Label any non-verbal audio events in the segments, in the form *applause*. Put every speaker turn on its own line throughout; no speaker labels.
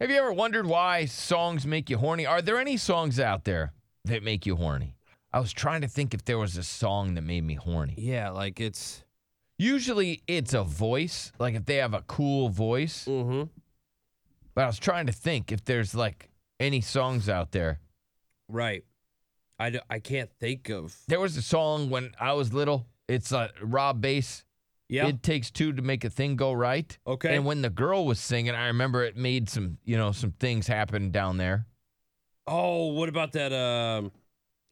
Have you ever wondered why songs make you horny? Are there any songs out there that make you horny? I was trying to think if there was a song that made me horny.
Yeah, like it's
Usually it's a voice, like if they have a cool voice.
mm-hmm.
But I was trying to think if there's like any songs out there.
right. I, d- I can't think of.
There was a song when I was little. It's a Rob Bass.
Yeah.
It takes two to make a thing go right.
okay.
And when the girl was singing, I remember it made some, you know, some things happen down there.
oh, what about that? Um,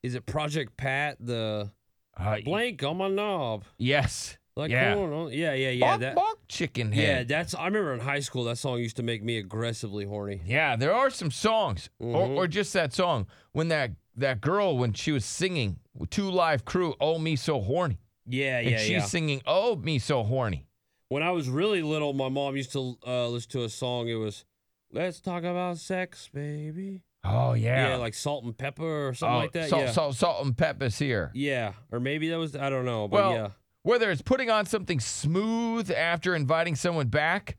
is it Project Pat? The
Uh,
blank on my knob.
Yes.
Like
Yeah.
going on. Yeah, yeah, yeah.
Bonk,
That,
bonk, chicken
yeah,
head.
that's. I remember in high school that song used to make me aggressively horny.
Yeah, there are some songs, Oh, or,
Mhm.
or just that song when that that girl when she was singing "Two Live Crew," "Oh Me So Horny,"
Yeah,
and
yeah,
she's
yeah.
singing "Oh Me So Horny."
when I was really little, my mom used to uh, listen to a song. It was "Let's Talk About Sex, Baby."
Oh yeah,
Yeah, like salt and pepper or something
Oh,
like that.
Salt,
yeah,
salt, salt and pepper's here.
yeah, or maybe that was I don't know, but
Well,
yeah,
Whether it's putting on something smooth after inviting someone back,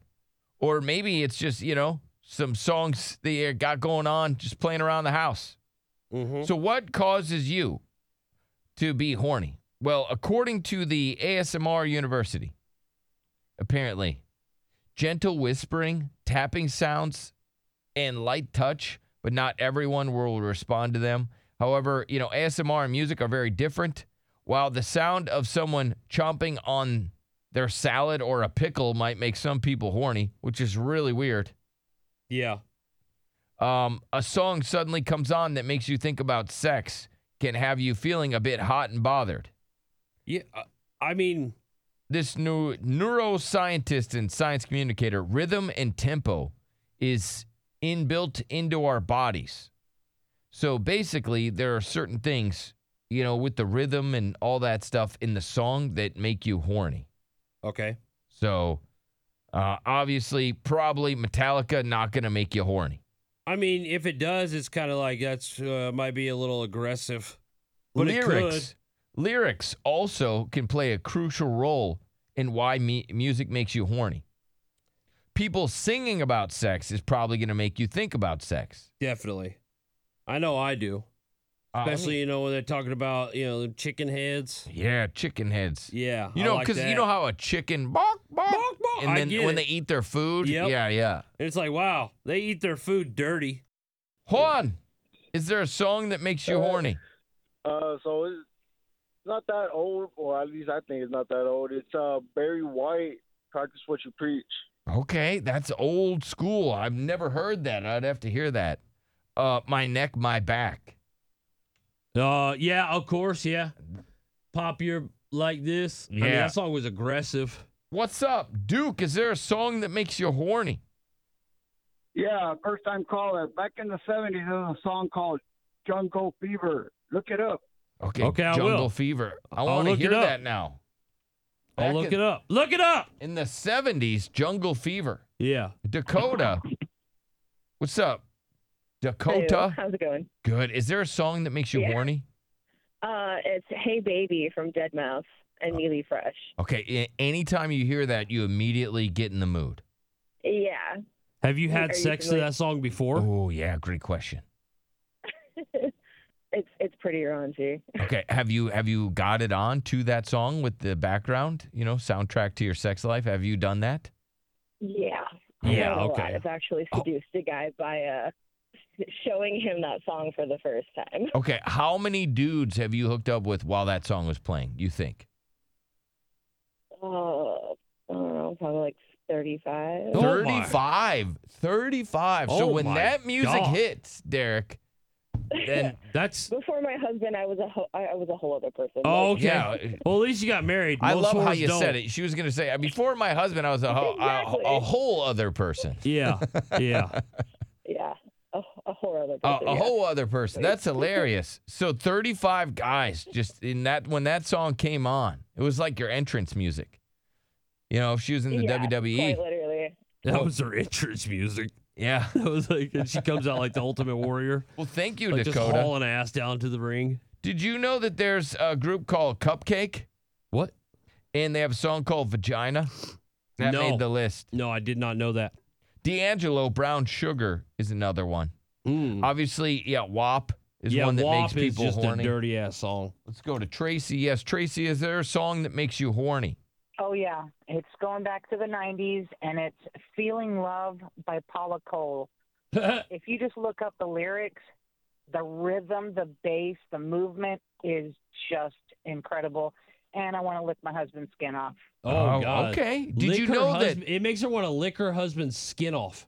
or maybe it's just you know some songs they got going on, just playing around the house.
mm-hmm.
So, what causes you to be horny? Well, according to the ASMR University, apparently, gentle whispering, tapping sounds, and light touch, but not everyone will respond to them. However, you know, ASMR and music are very different. While the sound of someone chomping on their salad or a pickle might make some people horny, which is really weird
yeah.
um, a song suddenly comes on that makes you think about sex can have you feeling a bit hot and bothered.
Yeah, uh, I mean,
This new neuroscientist and science communicator, rhythm and tempo is inbuilt into our bodies. So basically, there are certain things, you know, with the rhythm and all that stuff in the song that make you horny.
okay,
So uh, obviously, probably Metallica not going to make you horny.
I mean, if it does, it's kind of like that's uh, might be a little aggressive, but it could.
lyrics lyrics also can play a crucial role in why me- music makes you horny. People singing about sex is probably going to make you think about sex.
definitely. I know I do,
Uh, I mean-
especially you know when they're talking about you know the chicken heads.
yeah, chicken heads.
Yeah,
You
I
know,
like
because you
that.
know how a chicken bonk bonk,
Bonk, bonk.
and
I
then
get
when they
it.
eat their food,
Yep.
yeah, yeah.
And it's like wow, they eat their food dirty.
Juan, is there a song that makes you
Uh,
horny?
Uh, so it's not that old, or at least I think it's not that old. It's uh, Barry White, Practice What You Preach.
Okay, that's old school. I've never heard that. I'd have to hear that. Uh, my neck, my back.
Uh, yeah, of course, yeah. Popular like this. I mean,
Yeah.
that song was aggressive.
What's up, Duke? Is there a song that makes you horny?
Yeah, first time caller. Back in the 70s, there was a song called Jungle Fever. Look it up.
Okay,
Okay, I
Jungle
will.
Fever. I
I'll
want to
look it
hear
up.
that now.
I'll
Back
look
in,
it up. Look it up.
In the '70s, Jungle Fever,
Yeah.
Dakota. What's up, Dakota?
Hello, How's it going?
Good. Is there a song that makes you
Yeah.
horny?
Uh, it's Hey Baby from Dead Mouse and
Oh.
Neely Fresh.
Okay. a- Anytime you hear that, you immediately get in the mood.
Yeah. *laughs*
Have you
Are
had
you
sex to
familiar-
that song before?
Oh yeah, great question.
It's it's pretty raunchy.
Okay, have you have you got it on to that song with the background, you know, soundtrack to your sex life? Have you done that?
Yeah.
Yeah,
Quite a lot.
okay.
I've actually
Oh.
seduced a guy by uh *laughs* showing him that song for the first time.
Okay, how many dudes have you hooked up with while that song was playing? You think?
Oh, I don't know, probably like thirty five.
Oh. my.
35. 35. so
Oh
when
my
that music
God.
hits, Derek, then
That's
Before my husband, I was a ho- I I was a whole other person.
Oh,
Like,
Okay.
yeah.
well. At least you got married.
I
Most
love how
whores
you
don't.
said it. She was going to say, before my husband, I was a, ho-
Exactly.
a, a whole other person. *laughs*
Yeah. Yeah.
yeah, a, a whole other
A,
person.
a
yeah.
whole other person. That's hilarious. So 35 guys just in that, when that song came on, it was like your entrance music. You know, if she was in the E.
Yeah,
WWE.
Quite literally.
that was her entrance music. *laughs*
Yeah.
That was like, and she comes out like the
*laughs*
Ultimate Warrior,
Well, thank you,
like just
Dakota.
hauling ass down to the ring.
Did you know that there's a group called Cupcake?
What?
And they have a song called Vagina? That
No.
made the list.
No, I did not know that.
D'Angelo Brown Sugar is another one.
Mm.
Obviously, yeah, WAP Hmm. is
yeah,
one that
WAP
makes people
is just
horny.
a dirty ass song. *laughs*
Let's go to Tracy. Yes, Tracy, is there a song that makes you horny?
Oh yeah, it's going back to the '90s, and it's "Feeling Love" by Paula Cole.
Oh,
If you just look up the lyrics, the rhythm, the bass, the movement is just incredible. And I want to lick my husband's skin off.
Oh, God.
okay. Did
Lick
you
her
know that
husband- it makes her want to lick her husband's skin off?